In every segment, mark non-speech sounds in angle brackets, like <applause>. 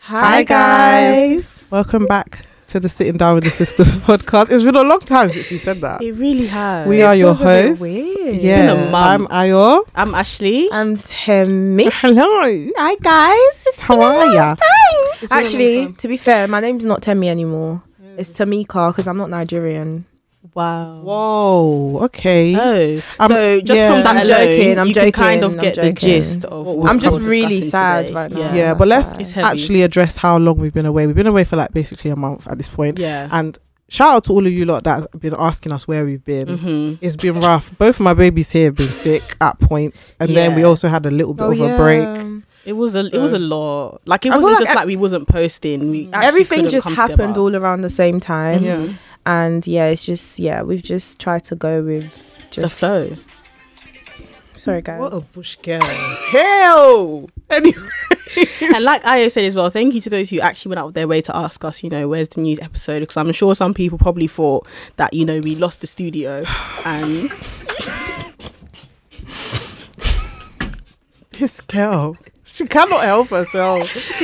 Hi, guys. Welcome back to the Sitting Down with the Sisters <laughs> podcast. It's been a long time since you said that. It really has. We It are your feels a bit hosts. weird. Yeah, been a month. I'm Ayo. I'm Ashley. I'm Temi. Hello. Hi guys. It's How been a are long ya? time. It's been a long Actually, time. to be fair, my name's not Temi anymore. It's Tamika because I'm not Nigerian. Wow. Whoa. Okay. Uh, Oh, Um, so just yeah. from that I'm alone, joking, I'm you joking, can kind of I'm get joking. the gist of. what I'm we're just really discussing sad today. right now. Yeah, Yeah, but let's it's heavy. actually address how long we've been away. We've been away for like basically a month at this point. yeah. And shout out to all of you lot that's been asking us where we've been. Mm-hmm. hmm It's been rough. Both of my babies here have been sick at points, and then we Yeah. also had a little Oh, bit of a break. It was a it was a lot. Like it I feel like wasn't just ev- like we wasn't posting. We actually Everything couldn't just come happened together. Mm-hmm. all around the same time, Yeah. and yeah, it's just yeah, we've just tried to go with The just <laughs> flow. sorry guys. What a bush girl. <laughs> Hell. Anyway. and like I said as well, thank you to those who actually went out of their way to ask us, you know, where's the new episode? Because I'm sure some people probably thought that, you know, we lost the studio and This girl. She cannot help herself.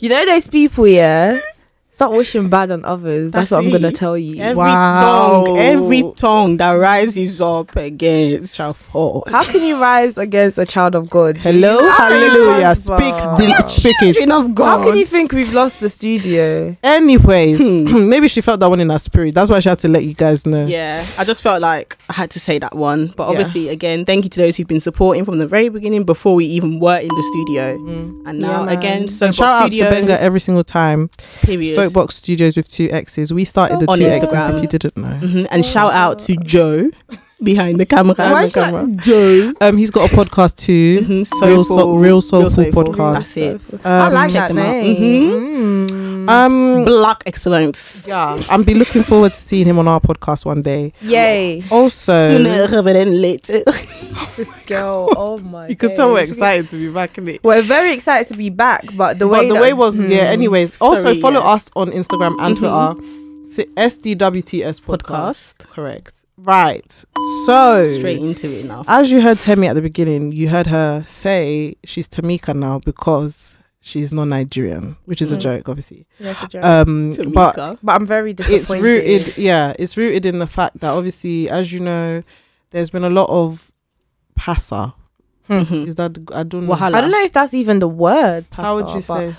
You know those people, yeah. Start wishing bad on others. That's, That's what I'm gonna it. tell you. every Wow. tongue, every tongue that rises up against. Shall fall. How can you rise against a child of God? Hello, How is it hallelujah. possible? Speak, the, speak it. of How can you think we've lost the studio? Anyways, <clears throat> Hmm. maybe she felt that one in her spirit. That's why she had to let you guys know. Yeah, I just felt like I had to say that one. But Yeah. obviously, again, thank you to those who've been supporting from the very beginning before we even were in the studio. Mm. And Yeah, now, man. again, And Soapbox Shout out to Studios. Benga every single time. period. Soapbox Studios with two X's. We started the On two Instagram. X's if you didn't know. <laughs> Mhm, And shout out to Joe <laughs> behind the camera. Why is that Joe? Um, he's got a podcast too. <laughs> Mhm, Real soulful- Soul- Real Soulful Podcast. That's it. Um, I Um, like check that them out. name. Mm. Um, Black excellence. yeah, I'm be looking forward to seeing him on our podcast one day. Yay! Also, Sooner rather than later. <laughs> This girl. <laughs> Oh my. <laughs> you could tell we're excited to be back in it. We're very excited to be back, but the but way the that- Hmm. way was yeah. Anyways, also Hmm. Sorry, follow yeah. us on Instagram and Mhm. Twitter. S D W T S podcast. Podcast. Correct. Right. So Straight into it now. as you heard Temi at the beginning, you heard her say she's Tamika now because she's not Nigerian, which is a Mhm. joke, obviously. Yes, a joke. Um, but Mm. Tamika. but I'm very it's disappointed. rooted yeah it's rooted in the fact that obviously as you know there's been a lot of pasa Mhm. is that the- i don't know Wahala. I don't know if that's even the word. how would you passer, but say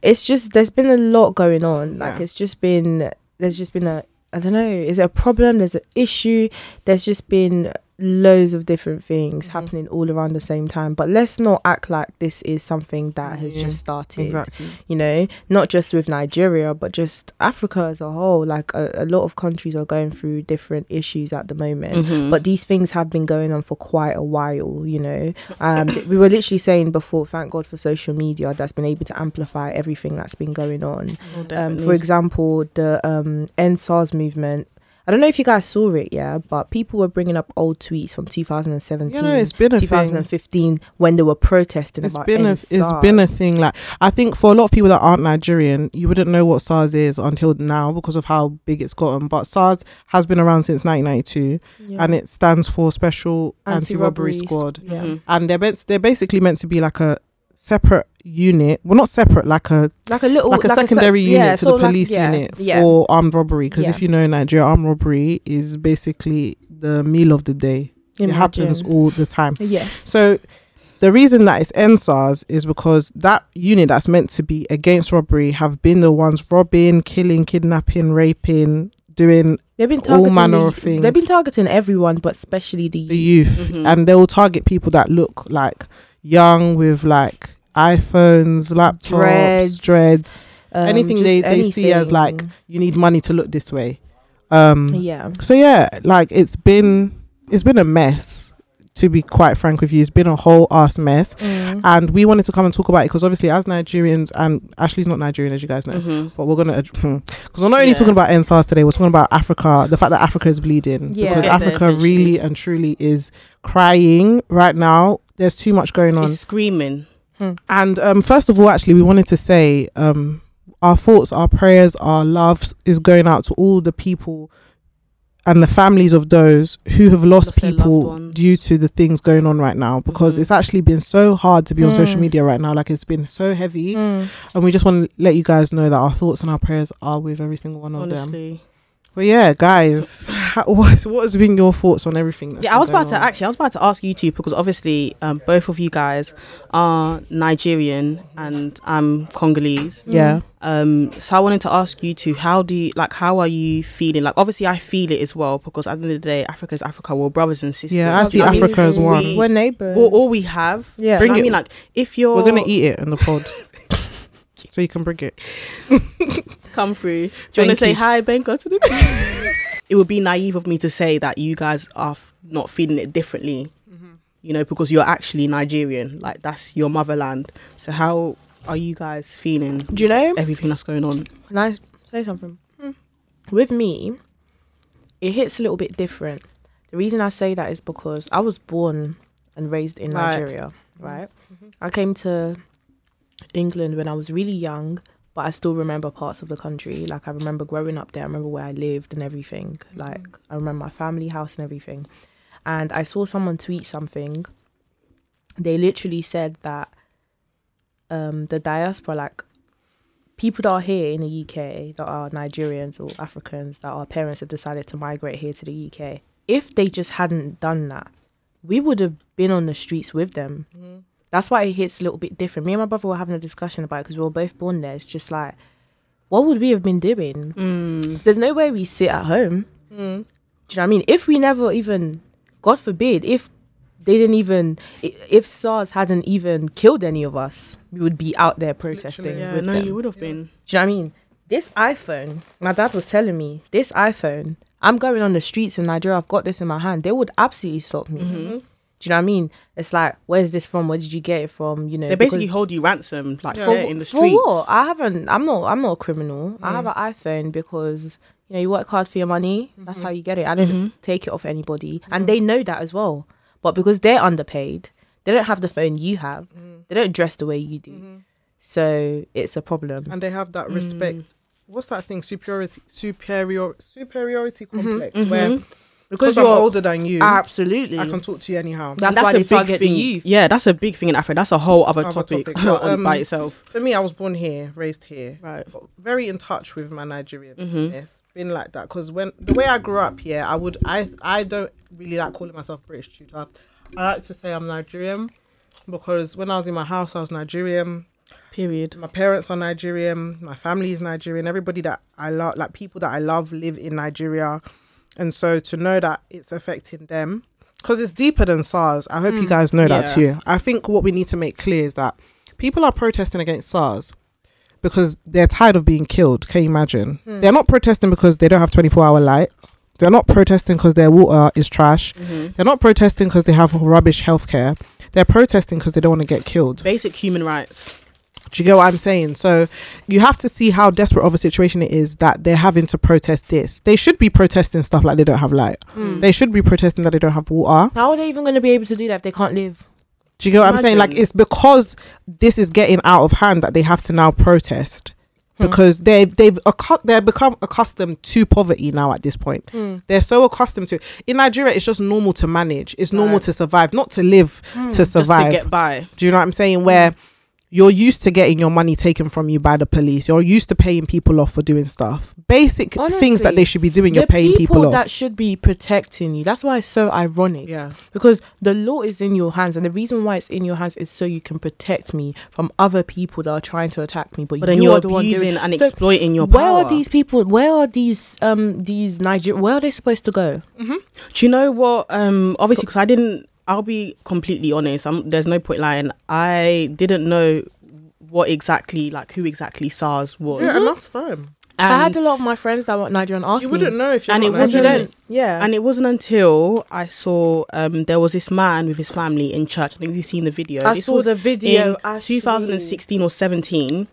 It's just there's been a lot going on. Like Yeah. it's just been there's just been a I don't know. Is it a problem? There's an issue. There's just been loads of different things Mhm. happening all around the same time. But let's not act like this is something that has Yeah, just started exactly you know, not just with Nigeria, but just Africa as a whole. Like a, a lot of countries are going through different issues at the moment. Mhm. But these things have been going on for quite a while, you know. Um, <coughs> we were literally saying before, thank God for social media that's been able to amplify everything that's been going on. Oh, Um, definitely. for example, the um, End SARS movement. I don't know if you guys saw it, yeah, but people were bringing up old tweets from 2017, you know it's been a thing 2015 when they were protesting it's about been a End it's been a thing like i think for a lot of people that aren't nigerian you wouldn't know what sars is until now because of how big it's gotten but sars has been around since 1992 SARS. Yeah. and it stands for special Anti-Robbery anti-robbery squad Yeah. Mhm. and they're, meant, they're basically meant to be like a separate unit well not separate like a Oh, like a little like a sec- secondary unit yeah, to sort the of like- police yeah, unit yeah. for armed robbery because Yeah. if you know in nigeria armed robbery is basically the meal of the day it happens Imagine. all the time yes so the reason that it's NSARS is because that unit that's meant to be against robbery have been the ones robbing, killing, kidnapping, raping, doing they've been all targeting manner the- of things. they've been targeting everyone but especially the, the youth Mm-hmm. Mhm. and they will target people that look like young with like iPhones, laptops, Dreads. dreads. um, anything just they- they see as, like, You need money to look this way. Um yeah so yeah like it's been it's been a mess to be quite frank with you it's been a whole ass mess Mm. and we wanted to come and talk about it because obviously as nigerians and ashley's not nigerian as you guys know Mhm. but we're gonna because we're not only Yeah. talking about NSARS today we're talking about africa the fact that africa is bleeding Yeah. because Get there africa really eventually. and truly is crying right now there's too much going on It's screaming. and um, first of all, actually, we wanted to say um, our thoughts, our prayers, our loves is going out to all the people and the families of those who have lost, Lost their loved people ones. due to the things going on right now because Mhm. it's actually been so hard to be on social Mm. media right now like it's been so heavy Mm. and we just want to let you guys know that our thoughts and our prayers are with every single one of them honestly. but yeah guys <laughs> how, what, what has been your thoughts on everything that's Yeah, been I was about going to on? actually, I was about to ask you two because obviously um, both of you guys are Nigerian and I'm Congolese. yeah Um, so I wanted to ask you two, how do you like? How are you feeling? Like, obviously, I feel it as well because at the end of the day, Africa is Africa. We're brothers and sisters. yeah i see I mean, africa as we- one we- We're neighbors. All, all we have. yeah. Bring I it. mean, like, if you're we're gonna eat it in the <laughs> pod so you can bring it come through. Do you want to Thank say you. hi, Benko? To the- <laughs> it would be naive of me to say that you guys are f- not feeling it differently, you know, because you're actually Nigerian. Like that's your motherland. So how are you guys feeling? Do you know? Everything that's going on. Can I say something? With me, it hits a little bit different. The reason I say that is because I was born and raised in Right. Nigeria, right? I came to England when I was really young, but I still remember parts of the country. Like I remember growing up there, I remember where I lived and everything. Like I remember my family house and everything. And I saw someone tweet something. They literally said that um the diaspora, like people that are here in the UK that are Nigerians or Africans that our parents have decided to migrate here to the UK, if they just hadn't done that, we would have been on the streets with them. That's why it hits a little bit different. Me and my brother were having a discussion about it because we were both born there. It's just like, what would we have been doing? Mm. There's no way we sit at home. Do you know what I mean? If we never even, God forbid, if they didn't even, i- if SARS hadn't even killed any of us, we would be out there protesting. Yeah, with no, them. you would have been. Do you know what I mean? This iPhone, my dad was telling me, this iPhone, I'm going on the streets in Nigeria, I've got this in my hand. They would absolutely stop me. Mhm. Do you know what I mean? It's like, where's this from? Where did you get it from? You know, They basically because- hold you ransom, like Yeah. for, For in the for streets. Mm. what? I haven't. I'm not. I'm not a criminal. I have an iPhone because you know you work hard for your money. Mm-hmm. That's how you get it. I don't take it off anybody, and they know that as well. But because they're underpaid, they don't have the phone you have. Mm. They don't dress the way you do, Mm-hmm. so it's a problem. and they have that respect. Mm. What's that thing? Superiority, superior, superiority Mm-hmm, complex. Where because I'm older than you, absolutely. I can talk to you anyhow. That's why they target the thing. youth. Yeah, that's a big thing in Africa. That's a whole other, Other topic, <laughs> topic, but, on- by um, itself. For me, I was born here, raised here, Right. very in touch with my Nigerian. Mm-hmm. Mhm. Been like that because when the way I grew up, yeah, I would I I don't really like calling myself British tutor. I like to say I'm Nigerian because when I was in my house, I was Nigerian. Period. My parents are Nigerian. My family is Nigerian. Everybody that I love, like people that I love, live in Nigeria, and so to know that it's affecting them, because it's deeper than SARS. I hope you guys know that Yeah. too. I think what we need to make clear is that people are protesting against SARS because they're tired of being killed. Can you imagine? They're not protesting because they don't have twenty four hour light. They're not protesting because their water is trash. They're not protesting because they have rubbish healthcare. They're protesting because they don't want to get killed. Basic human rights. Do you get what I'm saying? So you have to see how desperate of a situation it is that they're having to protest this. They should be protesting stuff like they don't have light. Mm. They should be protesting that they don't have water. How are they even going to be able to do that if they can't live? Do you get what I'm saying? Like Imagine. it's because this is getting out of hand that they have to now protest. Hmm. Because they they've accu- they've become accustomed to poverty now at this point. Hmm. They're so accustomed to it. in Nigeria. It's just normal to manage. It's normal Right. Hmm. to survive, not to live to survive. Just to get by. Do you know what I'm saying? Where you're used to getting your money taken from you by the police. You're used to paying people off for doing stuff. Basic things that Honestly, they should be doing, you're paying people, off. that should be protecting you. That's why it's so ironic. yeah. because the law is in your hands and the reason why it's in your hands is so you can protect me from other people that are trying to attack me but, But then you you're are the one doing abusing and So exploiting your where power. are these people where are these um these niger where are they supposed to go Mm-hmm. Do you know what? Um, obviously, because I didn't. I'll be completely honest. i there's no point lying. I didn't know what exactly, like who exactly SARS was. Yeah, and that's fine. And, i had a lot of my friends that were nigerian ask You wouldn't me know if you're And not it was- you Nigerian. don't yeah and it wasn't until I saw um, there was this man with his family in church. I think you've seen the video. i This saw was the video in actually. 2016 or 17.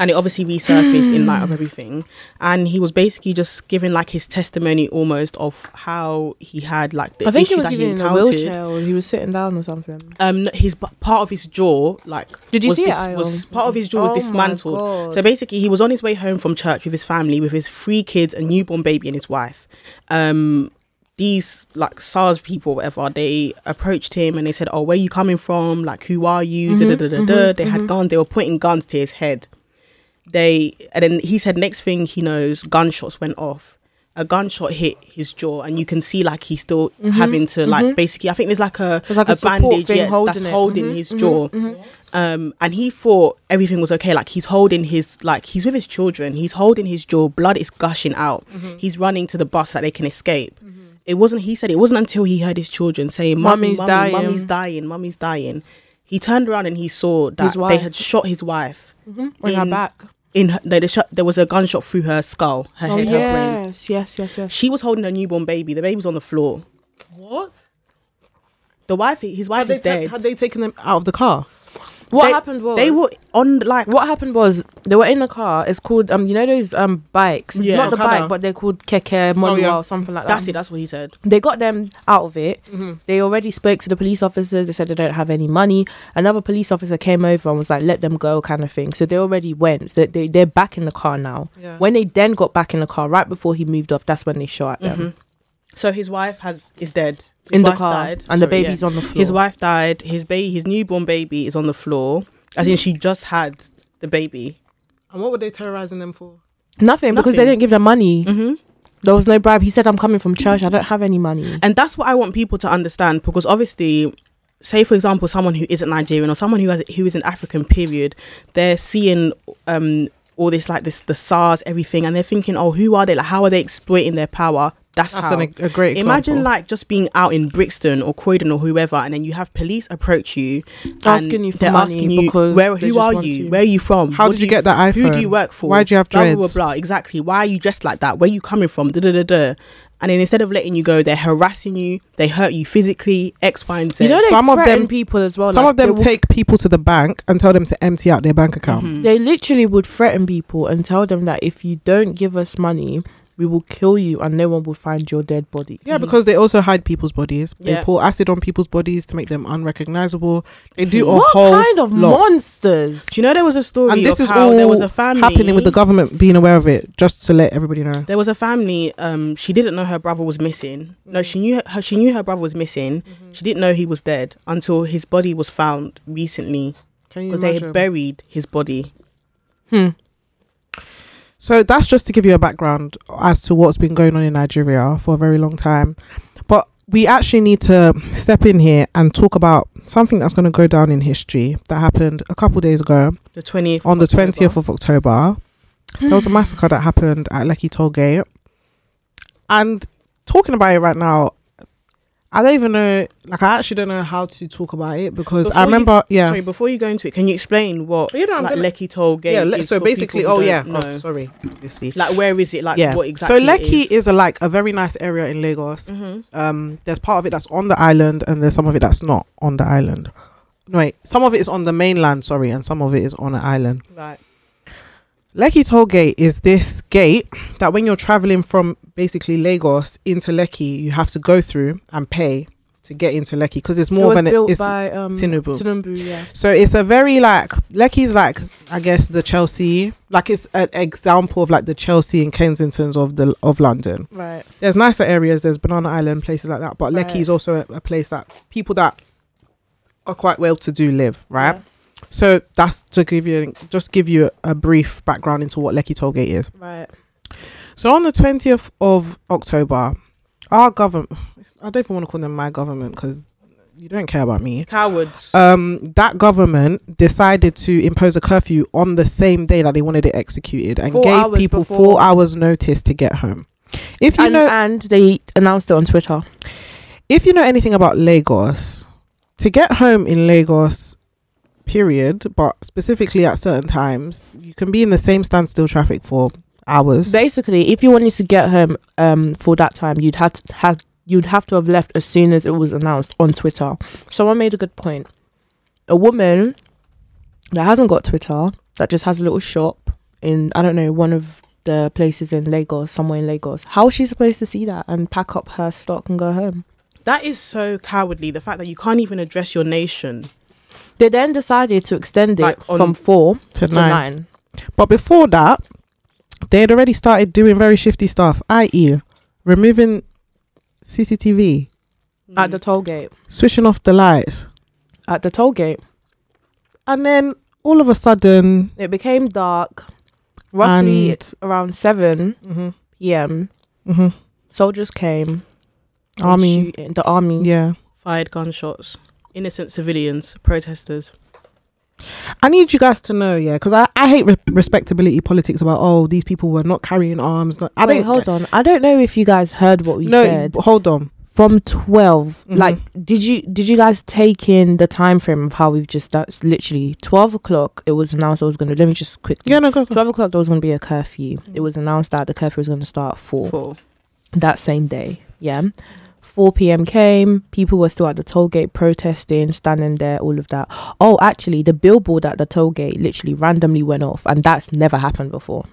and it obviously resurfaced in Hmm. light of everything. And he was basically just giving like his testimony almost of how he had like the I think he issue was that even he in a encountered. wheelchair or he was sitting down or something. Um, no, his b- part of his jaw, like, Did you was see dis- it? um, oh was- part of his jaw was dismantled. So basically, he was on his way home from church with his family, with his three kids, a newborn baby, and his wife. Um, these like SARS people, whatever, they approached him and they said, "Oh, where you coming from? Like, who are you?" Da, da, da, da, da. They had guns. They were pointing guns to his head. They and then he said, next thing he knows, gunshots went off. A gunshot hit his jaw, and you can see like he's still having to like basically. I think there's like a There's like a, a support bandage thing yes, holding that's it. holding Mhm, his mhm, jaw. mhm. Um, and he thought everything was okay. Like he's holding his, like he's with his children. He's holding his jaw. Blood is gushing out. Mm-hmm. He's running to the bus so that they can escape. It wasn't. He said it wasn't until he heard his children saying, Mummy's "Mummy's dying, dying." mummy's dying, mummy's dying." He turned around and he saw that His they wife. had shot his wife. On her in- back. In her, they, they shot, there was a gunshot through her skull, her Oh head, her brain. yes, yes, yes, yes. She was holding her newborn baby. The baby was on the floor. What? The wife, his wife Had they, is dead. ta- had they taken them out of the car? What They- happened was they were on like what happened was they were in the car. It's called um you know those um bikes, Yeah. Oh, not the Okada. bike, but they're called keke, monwa, yeah. or something like that. That's it. That's what he said. They got them out of it. They already spoke to the police officers. They said they don't have any money. Another police officer came over and was like, "Let them go," kind of thing. So they already went. So they they're back in the car now. Yeah. When they then got back in the car, right before he moved off, that's when they shot at them So his wife has is dead. His Mm-hmm. in the wife car, died. and the Sorry, baby's yeah. on the floor. His wife died. His baby, his newborn baby, is on the floor. As in, she just had the baby. And what were they terrorizing them for? Nothing, because they Nothing. didn't give them money. Mm-hmm. There was no bribe. He said, "I'm coming from church. I don't have any money." And that's what I want people to understand because obviously, say for example, someone who isn't Nigerian or someone who has who is an African period, they're seeing um all this like this the SARS everything, and they're thinking, oh, who are they? Like, how are they exploiting their power? That's, That's how. an, a great example. Imagine like just being out in Brixton or Croydon or whoever, and then you have police approach you, and Asking you for they're money asking you, because where, they who just are want you? to. Where are you from? How What did you get that iPhone? Who do you work for? Why do you have blah, dreads? blah blah blah. Exactly. Why are you dressed like that? Where you coming from? Da da da da. And then instead of letting you go, they're harassing you. They hurt you physically. X, Y, and Z. You know, they Some of threaten them- people as well. Some like, of them they will- take people to the bank and tell them to empty out their bank account. Mhm. They literally would threaten people and tell them that if you don't give us money, we will kill you and no one will find your dead body. Yeah, Mhm. because they also hide people's bodies. They Yeah. pour acid on people's bodies to make them unrecognizable. They do a what whole kind of lot. monsters? Do you know there was a story And this of is how there all was a family happening with the government being aware of it, just to let everybody know. There was a family. Um, she didn't know her brother was missing. No, she knew her. She knew her brother was missing. She didn't know he was dead until his body was found recently Can you because they had imagine? buried his body. Hmm. So that's just to give you a background as to what's been going on in Nigeria for a very long time. But we actually need to step in here and talk about something that's going to go down in history that happened a couple days ago The twentieth on the 20th of October. There was a massacre that happened at Lekki Toll Gate. And talking about it right now, I don't even know, like, I actually don't know how to talk about it because Before I you- remember, yeah. Sorry, before you go into it, can you explain what You know, I'm like gonna- Lecky Toll Gate? yeah, le- is so for people basically, who oh don't yeah, know? oh, sorry, obviously. like where is it? Like yeah. what exactly? so Lekki it is? is a like a very nice area in Lagos. Mhm. Um, there's part of it that's on the island, and there's some of it that's not on the island. No, wait, some of it is on the mainland, sorry, and some of it is on an island. right. Lekki Toll Gate is this gate that when you're traveling from basically Lagos into Lekki, you have to go through and pay to get into Lekki because it's it more was than built it's by um, Tinubu. Tinubu, yeah. so it's a very like Lecky's like I guess the Chelsea like it's an example of like the Chelsea and Kensingtons of the of London. Right. there's nicer areas. There's Banana Island, places like that. But Right. Lekki is also a, a place that people that are quite well to do live, right? So that's to give you just give you a brief background into what Lekki Tollgate is. Right. So on the twentieth of October, our government I don't even want to call them my government because you don't care about me. Cowards. Um, that government decided to impose a curfew on the same day that they wanted it executed and Four gave hours people before. four hours notice to get home. If you and, know, and they announced it on Twitter. if you know anything about Lagos, to get home in Lagos, period, but specifically at certain times, you can be in the same standstill traffic for hours. Basically, if you wanted to get home um, for that time, you'd had to have you'd have to have left as soon as it was announced on Twitter. Someone made a good point. A woman that hasn't got Twitter, that just has a little shop in, I don't know, one of the places in Lagos, somewhere in Lagos. How is she supposed to see that and pack up her stock and go home? That is so cowardly. The fact that you can't even address your nation. They then decided to extend it Like on- from four to to nine. nine. But before that, they had already started doing very shifty stuff, i.e., removing CCTV, at Mm. the toll gate. switching off the lights, At the toll gate, and then all of a sudden, it became dark. Roughly And- it's around seven mhm, p.m. Mm. mhm, Soldiers came. and Army. shooting- the army. yeah. fired gunshots, innocent civilians, protesters. I need you guys to know, yeah, because I, I hate re- respectability politics about oh these people were not carrying arms. not- I Wait, don't hold on. I don't know if you guys heard what we no, said hold on. from 12 Mhm. Like, did you did you guys take in the time frame of how we've just that's literally twelve o'clock? It was announced I was going to. Let me just quickly. Yeah, no, go. go. Twelve o'clock there was going to be a curfew. It was announced that the curfew was going to start at Mm-hmm. four. For that same day. Yeah. 4 p.m. came, people were still at the toll gate protesting, standing there, all of that. Oh, actually, the billboard at the toll gate literally randomly went off, and that's never happened before.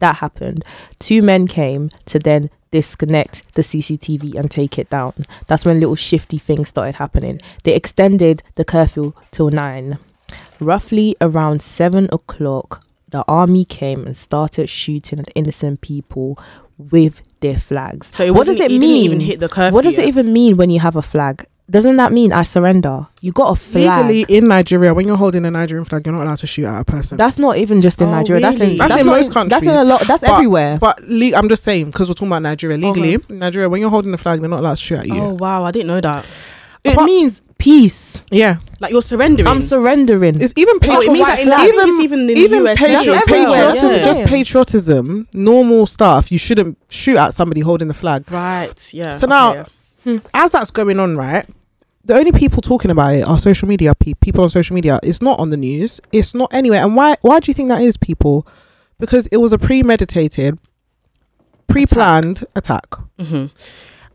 That happened. Two men came to then disconnect the CCTV and take it down. That's when little shifty things started happening. They extended the curfew till nine. Roughly around seven o'clock, the army came and started shooting at innocent people with their flags. so it What wasn't- does it didn't mean? even hit the curfew. What does it yet. even mean when you have a flag? Doesn't that mean I surrender? You got a flag. Legally in Nigeria, when you're holding a Nigerian flag, you're not allowed to shoot at a person. that's not even just in Oh, Nigeria. That's in really? That's in not most even- That's in a countries. lot. That's But- everywhere. but le- I'm just saying because we're talking about Nigeria Uh-huh. legally. in Nigeria, when you're holding the flag, they're not allowed to shoot at you. Oh wow, I didn't know that. It apart- means peace. Yeah, Like you're surrendering. I'm surrendering. it's even So it patri- means white that in, I flag. think it's even in even the US patri- that's everywhere, patriotism, yeah. just patriotism, normal stuff. You shouldn't shoot at somebody holding the flag. Right. Yeah. So okay, now- yeah. as that's going on, right? The only people talking about it are social media pe- people on social media. It's not on the news. It's not anywhere. And why? Why do you think that is, people? Because it was a premeditated, pre-planned attack, Mhm.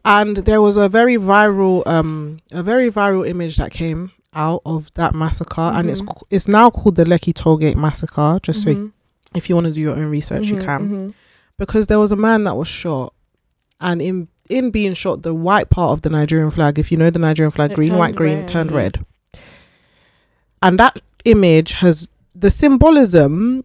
and there was a very viral, um, a very viral image that came out of that massacre, and it's Mhm. c- it's now called the Lekki Tollgate massacre. Just so, Mhm, if you want to do your own research, you mhm, can mhm. because there was a man that was shot and in in being shot the white part of the Nigerian flag if you know the Nigerian flag It green white turned green red. turned Mhm. red and that image has the symbolism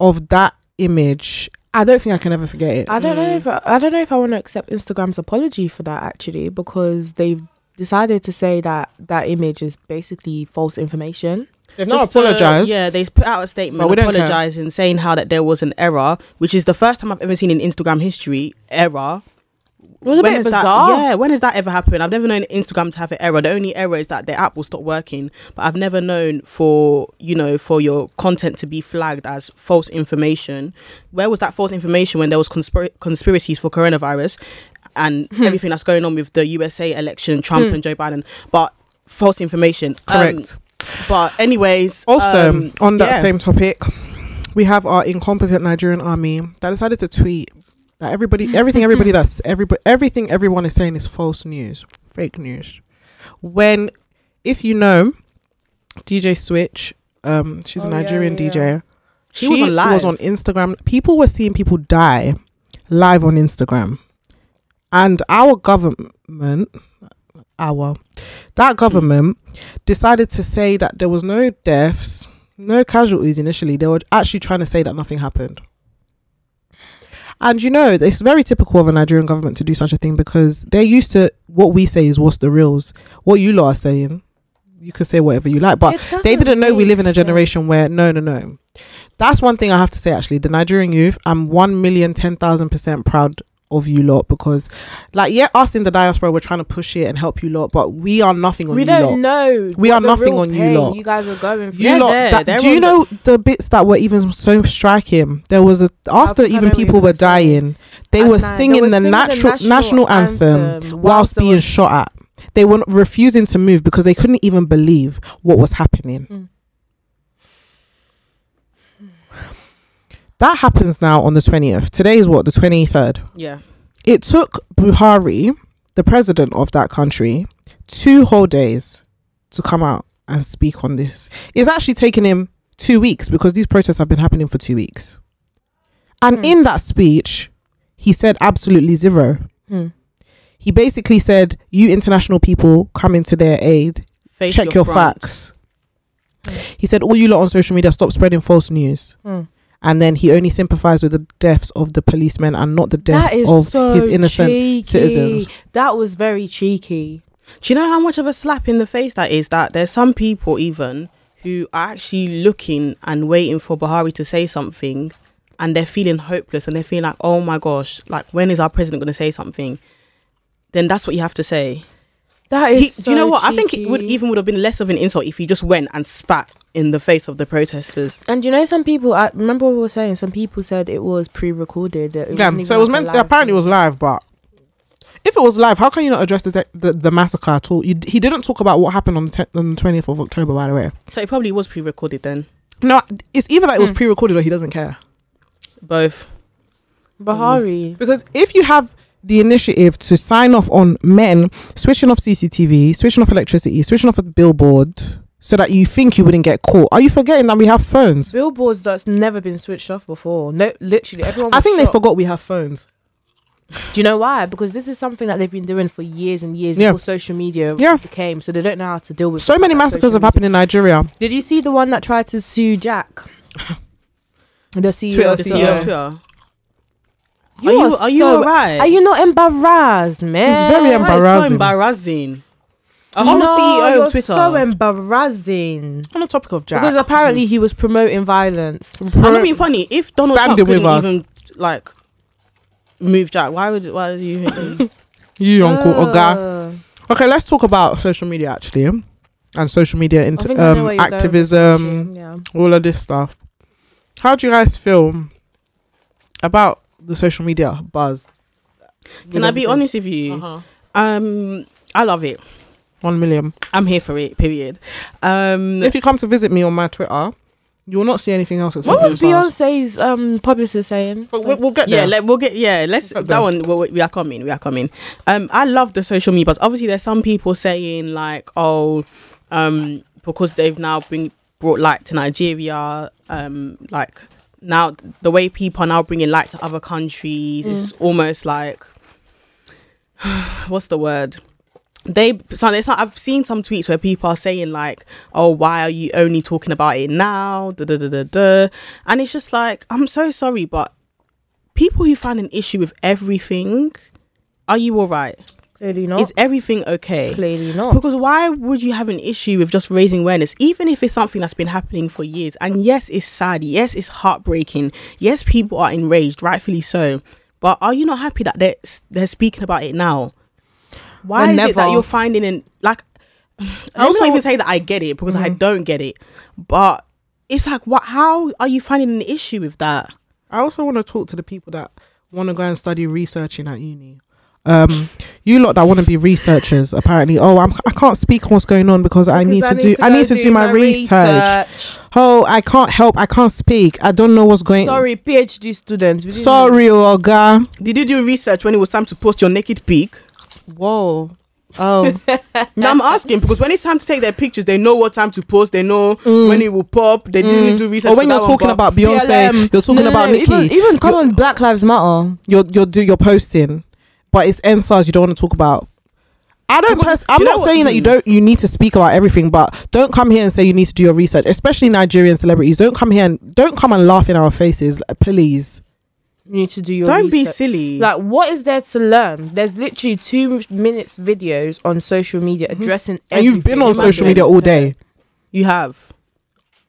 of that image I don't think I can ever forget it I don't know Mm. if I, I don't know if I want to accept Instagram's apology for that actually because they've decided to say that that image is basically false information. they've Just to- uh, yeah, they put out a But statement we don't care. apologizing, saying how that there was an error, which is the first time I've ever seen in Instagram history error. It was a bit is bizarre. That, yeah, when has that ever happened? I've never known Instagram to have an error. The only error is that their app will stop working. But I've never known for you know for your content to be flagged as false information. Where was that false information when there was conspir- conspiracies for coronavirus and Hmm. everything that's going on with the USA election, Trump Hmm. and Joe Biden? But false information. Um, correct but anyways, also um, on that yeah. same topic we have our incompetent Nigerian army that decided to tweet that everybody everything <laughs> everybody that's everybody everything everyone is saying is false news fake news when if you know DJ Switch um she's a Oh, yeah, Nigerian yeah, DJ She was on live. was on Instagram people were seeing people die live on Instagram and our government our that government decided to say that there was no deaths no casualties initially they were actually trying to say that nothing happened and you know it's very typical of a nigerian government to do such a thing because they're used to what we say is what's the reals what you lot are saying you can say whatever you like but It they didn't doesn't know we make live in a sense. generation where no no no that's one thing i have to say actually the nigerian youth i'm 1 million 10,000 percent proud of you lot because like yeah us in the diaspora we're trying to push it and help you lot but we are nothing on We you don't lot know. We what are the nothing real on you pain lot. You guys are going through. you Yeah, lot they're- that, they're do you on know the, bits that were even so striking there was a after I've even never people were even saw it. dying they And were like, they singing were the singing the natural national national anthem, anthem whilst, whilst they being were- shot at they were refusing to move because they couldn't even believe what was happening Mm. that happens now on the 20th today is what the 23rd Yeah. it took Buhari, the president of that country, two whole days to come out and speak on this. It's actually taken him two weeks because these protests have been happening for two weeks. And Hmm. in that speech, he said absolutely zero. Hmm. He basically said, You international people coming to their aid, Face check your, fronts. facts. He said, all you lot on social media, stop spreading false news. Hmm. And then he only sympathized with the deaths of the policemen and not the deaths that is of so his innocent cheeky. citizens. That was very cheeky. Do you know how much of a slap in the face that is? That there's some people even who are actually looking and waiting for Buhari to say something and they're feeling hopeless and they're feeling like, oh my gosh, like when is our president going to say something? Then that's what you have to say. That is. He- do you know so what? I think it would cheeky. even would have been less of an insult if he just went and spat in the face of the protesters. And you know, some people. I remember what we were saying. Some people said it was pre-recorded. that Yeah, wasn't even so it like was a meant. live apparently, it thing. was live, but if it was live, how can you not address the the, the massacre at all? You, d- he didn't talk about what happened on the te- on the twentieth of October, by the way. So it probably was pre-recorded then. No, it's either that it was Hmm. pre-recorded or he doesn't care. Both. Bahari. Because if you have the initiative to sign off on men switching off CCTV, switching off electricity, switching off a billboard, so that you think you wouldn't get caught, are you forgetting that we have phones? Billboards that's never been switched off before. No, literally everyone. Was I think they shocked. forgot we have phones. Do you know why? Because this is something that they've been doing for years and years Yeah. before social media Yeah. came, so they don't know how to deal with. So many that massacres social have happened in Nigeria. media. Did you see the one that tried to sue <laughs> Jack? The CEO. Twitter of The So- CEO of Twitter. Twitter. You are you are are you so- alright? Are you not embarrassed, man? very That is That is embarrassing? So embarrassing. A whole No, CEO you're of Twitter. so embarrassing. On the topic of Jack, Because apparently he was promoting violence. I'm not being funny. If Donald Stand him Trump with couldn't us. even like move Jack, why would why would <laughs> you? think- you uncle Uh, Oga. Okay, let's talk about social media actually, and social media I into think I know um, where you're going with activism, this, yeah. all of this stuff. How do you guys feel about the social media buzz? Can I be honest with you? Uh-huh. Um, I love it. One million. I'm here for it. Period. Um, If you come to visit me on my Twitter, you will not see anything else except What was Beyonce. Beyonce's um publicist saying? But we- we'll get yeah, there. let, we'll get yeah. Let's Okay. that one. We, we are coming. We are coming. Um, I love the social media, but obviously there's some people saying like, oh, um, because they've now been brought light to Nigeria, um, like now the way people are now bringing light to other countries, it's almost like, <sighs> what's the word? They so there's not, I've seen some tweets where people are saying like, "Oh, why are you only talking about it now?" Da da da da da, and it's just like, I'm so sorry, but people who find an issue with everything, are you all right? Clearly not. Is everything okay? Clearly not. Because why would you have an issue with just raising awareness, even if it's something that's been happening for years? And yes, it's sad. Yes, it's heartbreaking. Yes, people are enraged, rightfully so. But are you not happy that they're they're speaking about it now? Why They're is it that never. you're finding in like? <sighs> I also- also even say that I get it because I don't get it, but it's like what? How are you finding an issue with that? I also want to talk to the people that want to go and study researching at uni. Um, you lot that want to be researchers, apparently. Oh, I'm, I can't speak on what's going on because I need to do. I go need to do my, research. research. Oh, I can't help. I can't speak. I don't know what's going. Sorry, PhD students. we didn't- sorry, Olga. Did you do research when it was time to post your naked <laughs> pic? Whoa. <laughs> Oh, No, I'm asking because when it's time to take their pictures, they know what time to post. They know Mm. when it will pop. They didn't do research. or Oh, when for you're that one, talking but- about Beyonce, BLM. you're talking No, no, about no, Nicki. Even, even come on, Black Lives Matter. you're you're do you're posting, but it's NSARS you don't want to talk about. I don't. Pers- Because- do I'm you know not what- saying that you mm. don't. You need to speak about everything, but don't come here and say you need to do your research, especially Nigerian celebrities. Don't come here and don't come and laugh in our faces, like, please. You need to do your. Don't be research. silly. Like, what is there to learn? There's literally two minutes videos on social media addressing. Mm-hmm. And you've been everything. on Imagine. social media all day. you have.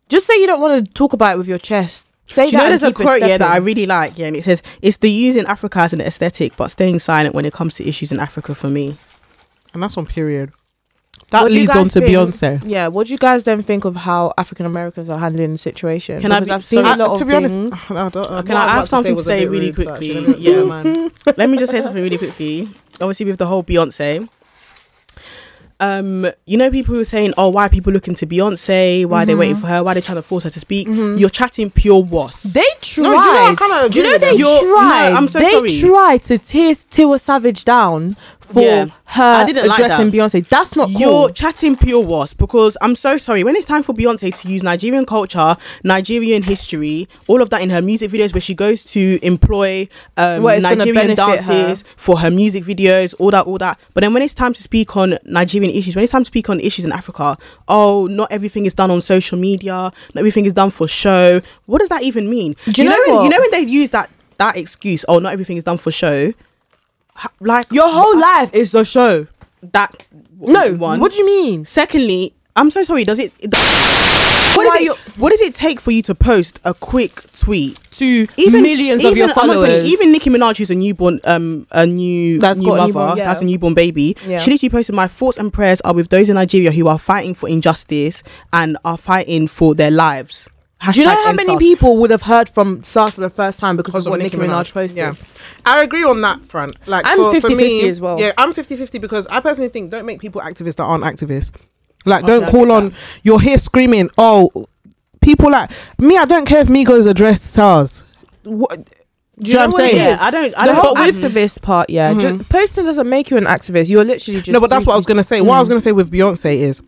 Just say you don't want to talk about it with your chest. Say Do you that know and there's a keep it quote yeah that I stepping. really like yeah, and it says it's the use in Africa as an aesthetic, but staying silent when it comes to issues in Africa for me. and that's on period. That What do you leads on guys to think? Beyonce. Yeah, what do you guys then think of how African Americans are handling the situation? Can I Because be- I've seen sorry, a lot Uh, of to be honest, things. <laughs> I don't, uh, what Can I was have about to something was to a say bit really rude, so quickly? actually, Yeah. never mind. Let me just say something really quickly. Obviously, with the whole Beyonce. Um, you know, people who are saying, "Oh, why are people looking to Beyonce? Why are Mm-hmm. they waiting for her? Why are they trying to force her to speak?" You're chatting pure was. They tried. No, do you know I kind of Do you know agree they with You're- tried? No, I'm so they sorry. tried to tear Tiwa Savage down for Yeah. her I didn't like addressing Beyonce. That's not You're cool. chatting pure wasp because I'm so sorry. When it's time for Beyonce to use Nigerian culture, Nigerian history, all of that in her music videos, where she goes to employ um, Well, it's gonna Nigerian benefit her. dances for her music videos, all that, all that. But then when it's time to speak on Nigerian issues, when it's time to speak on issues in Africa, oh, not everything is done on social media. Not everything is done for show. What does that even mean? Do you know when, what? you know when they use that that excuse? Oh, not everything is done for show. Ha- Like Your whole life is the show. that. No, what do you mean? Secondly, I'm so sorry. Does it? it does- what, Why is you- it what does it take for you to post a quick tweet? To millions of your I'm not funny, followers. even Nicki Minaj, who's a newborn, um, a new That's new got a mother, newborn, yeah. that's a newborn baby. Yeah. She literally posted, "My thoughts and prayers are with those in Nigeria who are fighting for injustice and are fighting for their lives." Do you know Hashtag how end many SARS. people would have heard from SARS for the first time because of what Nicki Minaj, posted? Yeah. I agree on that front. Like I'm for, for 50-50 me, as well. Yeah, I'm 50-50 because I personally think don't make people activists that aren't activists. Like Okay, don't I call get on you're here screaming, oh people like me, I don't care if Migos address stars. What do you know what I'm what it saying? is? Yeah, I don't. I the don't. whole I- activist part, yeah. Ju- posting doesn't make you an activist. You're literally just no, but that's what I was gonna say. What I Mm. was gonna say with Beyonce is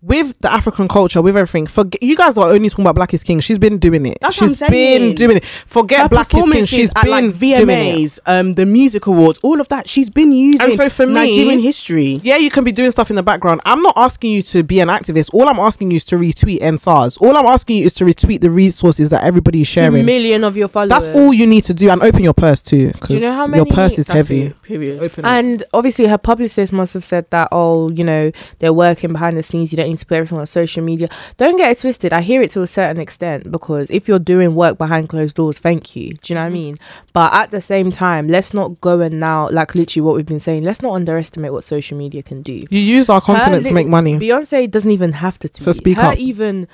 with the African culture, with everything, forget you guys are only talking about Black is King. She's been doing it. That's what She's I'm been saying. doing it. Forget her Black is King. performances She's at, been like doing it. VMAs, um, the music awards, all of that. She's been using so for me- Nigerian history. Yeah, you can be doing stuff in the background. I'm not asking you to be an activist. All I'm asking you is to retweet NSARS. All I'm asking you is to retweet the resources that everybody's a sharing. million of your followers. That's all you need to do, and open your purse too, because know how your many- purse is That's heavy. it, Period. Open it. And obviously, her publicist must have said that, oh, you know, they're working behind the scenes. You don't need to put everything on social media. Don't get it twisted. I hear it to a certain extent because if you're doing work behind closed doors, thank you. Do you know what I mean? But at the same time, let's not go and now, like literally what we've been saying, let's not underestimate what social media can do. You use our Her continent li- to make money. Beyonce doesn't even have to tweet. So speak her up. even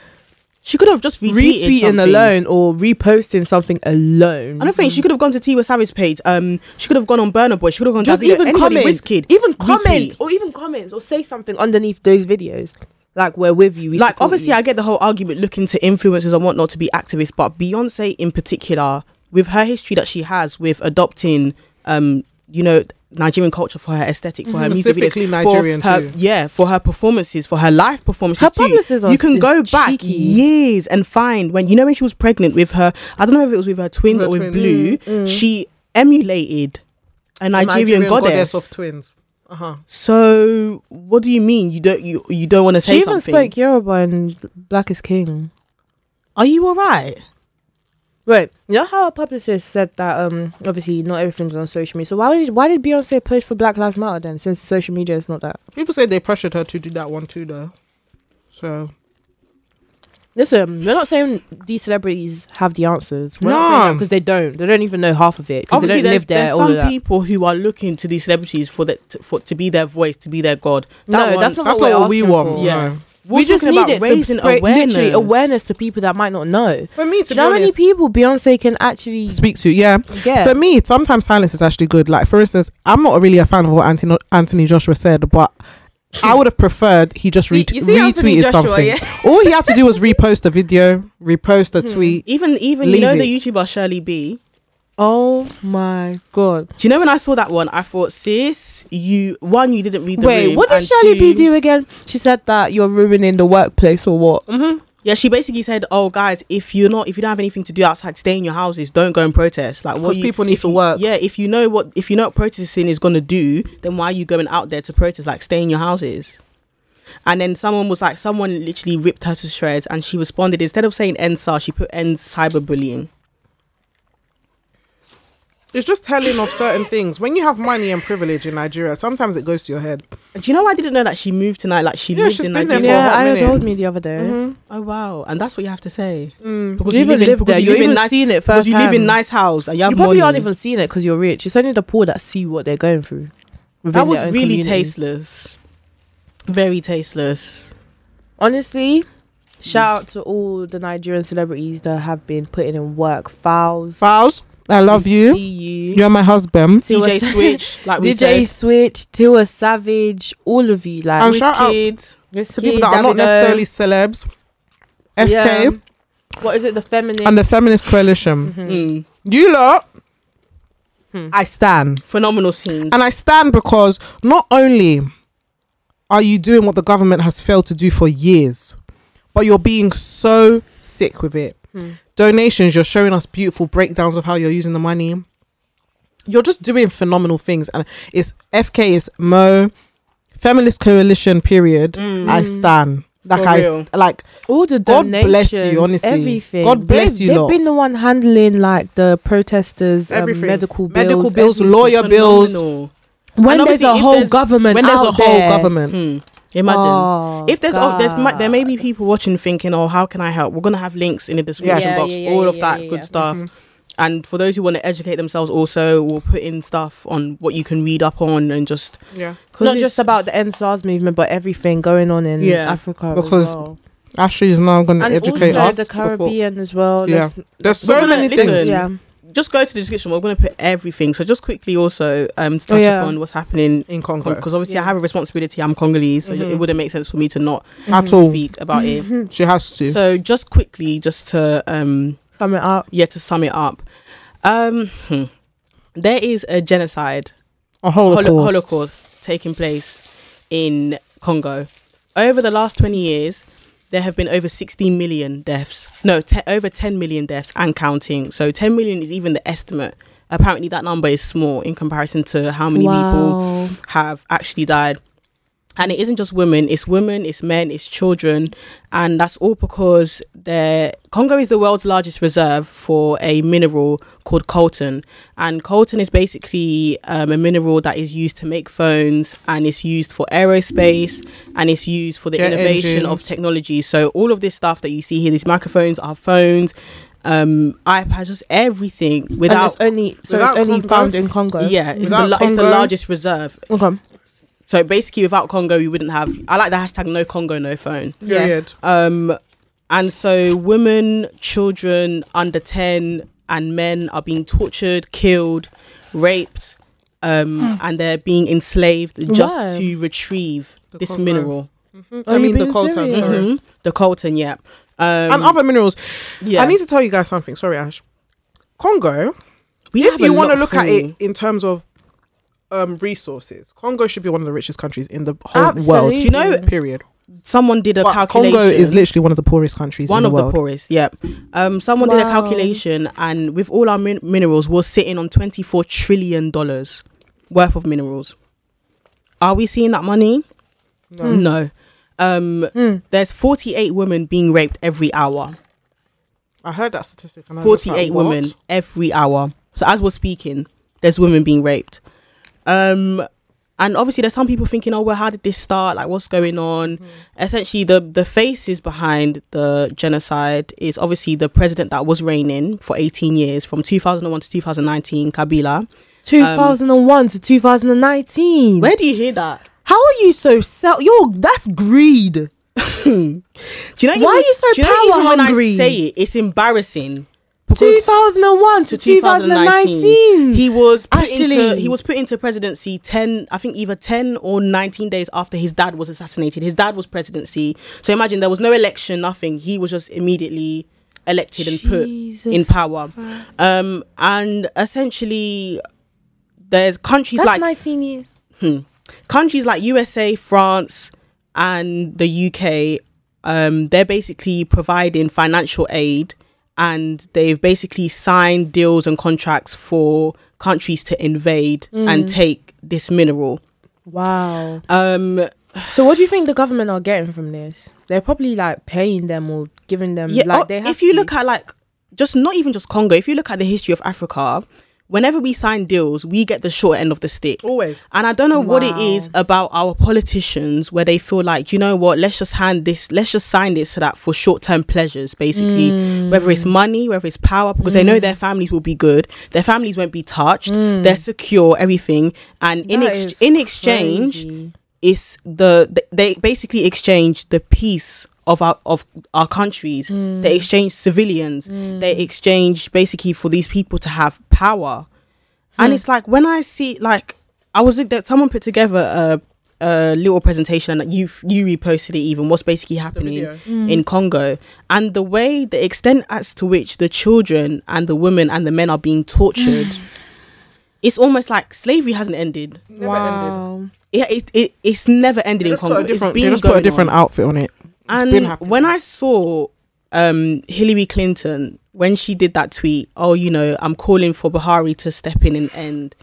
She could have just retweeted retweeting something. alone or reposting something alone. I don't think she could have gone to T with Savage page. Um, she could have gone on Burner Boy. She could have gone just to even comment, Kid. even Retweet. comment, or even comments, or say something underneath those videos. Like we're with you. We Like support obviously, you. I get the whole argument looking to influencers and whatnot to be activists, but Beyonce in particular, with her history that she has with adopting, um, you know. Nigerian culture for her aesthetic, for her music videos, Mm-hmm. Specifically for Nigerian her, too. yeah, for her performances, for her live performances Her too. publicists are- you can is go back cheeky. years and find when you know when she was pregnant with her. I don't know if it was with her twins Her or with twins. Blue. Mm. She emulated a Nigerian, goddess. of twins. Uh huh. So what do you mean you don't you you don't want to she say even something? spoke Yoruba in Black is King. Are you all right? Right, you know how a publicist said that um obviously not everything's on social media. So why did why did Beyonce post for Black Lives Matter then? Since social media is not that. People say they pressured her to do that one too, though. So Listen, we're not saying these celebrities have the answers. We're not No. saying because they don't. They don't even know half of it. 'cause Obviously, they don't there's, live there. there's all of some that. people who are looking to these celebrities for that to, for to be their voice, to be their god. That no, one- that's not that's what, not we're what we asking want. for. Yeah. no. We're we just talking need about it raising to spread, awareness. literally awareness to people that might not know. For me, Do to you be know how many honest, people Beyonce can actually speak to yeah. get? For me, sometimes silence is actually good. Like, for instance, I'm not really a fan of what Anthony, Anthony Joshua said, but I would have preferred he just See- ret- you see Anthony retweeted Joshua, something. <laughs> All he had to do was repost the video, repost Hmm. the tweet. <laughs> Even even Leave you know it. the YouTuber Shirley B. oh my god! Do you know when I saw that one? I thought, sis, you one you didn't read the Wait, room, what did and Shirley B two- do again? She said that you're ruining the workplace or what? Yeah, she basically said, "Oh, guys, if you're not, if you don't have anything to do outside, stay in your houses. Don't go and protest. Like, what 'Cause you- people need if to you- work. Yeah, if you know what, if you know what protesting is gonna do, then why are you going out there to protest? Like, stay in your houses." And then someone was like, someone literally ripped her to shreds, and she responded instead of saying "end SAR," she put "end cyberbullying." It's just telling of certain things. When you have money and privilege in Nigeria, sometimes it goes to your head. Do you know I didn't know that she moved tonight? Like, she Yeah, lives she's in been there for Nigeria. a Yeah, hot I minute. told me the other day. Oh wow! And that's what you have to say Mm. because You, even live because there. you You live even in nice seen it because first. you live in nice house and you have You probably money. aren't even seeing it because you're rich. It's only the poor that see what they're going through. within that was their own really community. tasteless. Very tasteless. Honestly, shout out to all the Nigerian celebrities that have been putting in work. Fouls, Files, I love we you. See you. You're my husband. Tiwa DJ Sa- Switch, like we DJ said, Switch, Tiwa Savage, all of you. Like, And shout out Wizkid. To people that are not necessarily celebs, FK, What is it? The feminine. Mm. Mm-hmm. Mm. and the Feminist Coalition. Mhm. Mm. You lot, Hmm. I stand. Phenomenal scenes. And I stand because not only are you doing what the government has failed to do for years, but you're being so sick with it. Mm-hmm. Donations, you're showing us beautiful breakdowns of how you're using the money. You're just doing phenomenal things. And it's FK, it's Mo, Feminist Coalition, period. Mm. I stand. Like For I real. like All the God bless you, donations, honestly. Everything. God bless they've, you They've lot. been the one handling like the protesters, um, Everything. medical bills, medical bills, everything. lawyer bills. Phenomenal. When And there's obviously a if whole there's- government, When there's out a whole there- government, Hmm. Imagine. Oh, if there's oh, there's mi- there may God. be people watching thinking, oh, how can I help? We're gonna have links in the description Yeah, box, yeah, yeah, all yeah, of that yeah, good yeah. stuff. Mhm. And for those who want to educate themselves, also we'll put in stuff on what you can read up on and just yeah, 'cause not it's- just about the NSARS movement, but everything going on in Yeah. Africa Because as well. Ashley is now going to and educate also us. the before- Caribbean as well. Yeah. Let's- There's But so we're many gonna- listen, things. yeah. just go to the description. We're gonna put everything. So just quickly also um to Oh, touch yeah. upon what's happening in Congo because obviously I Yeah. Mm-hmm. have a responsibility. I'm Congolese, so Mhm. it wouldn't make sense for me to not at all. speak about it. She has to. So just quickly, just to um Coming up. yeah to sum it up, um hmm. there is a genocide a Holo- Holocaust. Holocaust. taking place in Congo. Over the last 20 years, there have been over 16 million deaths. No, te- over 10 million deaths and counting. So 10 million is even the estimate. Apparently, that number is small in comparison to how many people Wow. have actually died. And it isn't just women, it's women, it's men, it's children. And that's all because they're- Congo is the world's largest reserve for a mineral called coltan. And coltan is basically um, a mineral that is used to make phones and it's used for aerospace and it's used for the Jet innovation of engines. technology. So, all of this stuff that you see here, these microphones, our phones, um, iPads, just everything And without. it's only so without it's only Congo? found in Congo. Mm-hmm. Yeah, it's the, Without la- it's the Congo- largest reserve. Okay. So basically, without Congo, we wouldn't have. I like the hashtag no Congo, no phone. Period. Um, and so women, children under 10, and men are being tortured, killed, raped, um, and they're being enslaved just Why? to retrieve The Mm-hmm. this Congo. mineral. Are I you mean the being coltan. serious? Sorry. Mhm. The coltan, yeah. Um, Mm-hmm. and other minerals. yeah. I need to tell you guys something. Sorry, Ash. Congo. we if have a you want to lot look of at it food. in terms of um resources, Congo should be one of the richest countries in the whole Absolutely. world. Do you know- Period. someone did a But calculation. Congo is literally one of the poorest countries one in of the the world. poorest yeah um someone did a Wow. calculation and with all our min- minerals we're sitting on 24 trillion dollars worth of minerals are we seeing that money No. no um Mm. there's 48 women being raped every hour I heard that statistic. And I was just 48 like, what? women every hour so as we're speaking there's women being raped um and obviously there's some people thinking oh well how did this start like what's going on essentially the the faces behind the genocide is obviously the president that was reigning for 18 years from 2001 to 2019 kabila 2001 to 2019. where do you hear that How are you so self? Yo, that's greed. <clears throat> do you know Why are you so do you know power even when i hungry? say it it's embarrassing 2001 to 2019. He was put into Actually- he was put into presidency ten, I think either ten or nineteen days after his dad was assassinated. His dad was presidency, so imagine there was no election, nothing. He was just immediately elected and put in Jesus power. Christ. Um, and essentially, there's countries That's like 19 years. countries like USA, France, and the UK, um, they're basically providing financial aid and they've basically signed deals and contracts for countries to invade Mm. and take this mineral. Wow. Um, So what do you think the government are getting from this? They're probably like paying them or giving them yeah, Um, like uh, they have if you look at like just not even just Congo, if you look at the history of Africa, whenever we sign deals, we get the short end of the stick. Always. And I don't know what it Wow. is about our politicians where they feel like, you know what, let's just hand this, let's just sign this so that for short term pleasures, basically, Mm. whether it's money, whether it's power, because they know their families will be good, their families won't be touched, they're secure, everything. And in, Mm. That ex- is in exchange, Mm. crazy. it's the, th- they basically exchange the peace of our of our countries. They exchange civilians. They exchange basically for these people to have power. And it's like when I see like I was looked at someone put together a a little presentation that you you reposted it even what's basically happening video. Mm. Hmm. in Congo and the way the extent as to which the children and the women and the men are being tortured it's almost like slavery hasn't ended. Never wow. It, it, it it's never ended They in just put a Congo. It's different, they been just put a going different on. outfit on it. It's been And happening. when I saw um, Hillary Clinton when she did that tweet, oh, you know, I'm calling for Buhari to step in and end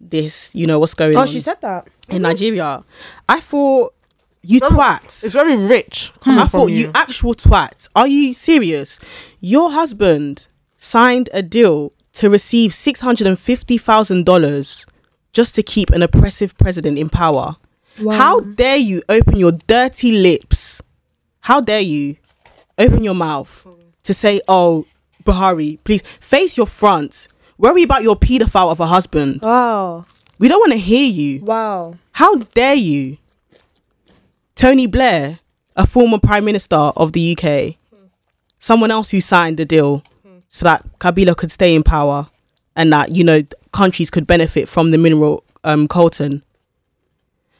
this. You know what's going Oh, on she said that. in Nigeria. I thought you Remember- twats. It's very rich. Hmm. I thought you actual twats. Are you serious? Your husband signed a deal to receive six hundred and fifty thousand dollars just to keep an oppressive president in power. How dare you open your dirty lips? How dare you open your mouth to say, "Oh, Buhari, please face your front. Worry about your pedophile of a husband. Wow. We don't want to hear you. Wow. How dare you? Tony Blair, a former Prime Minister of the UK, someone else who signed the deal so that Kabila could stay in power and that, you know, countries could benefit from the mineral um, coltan.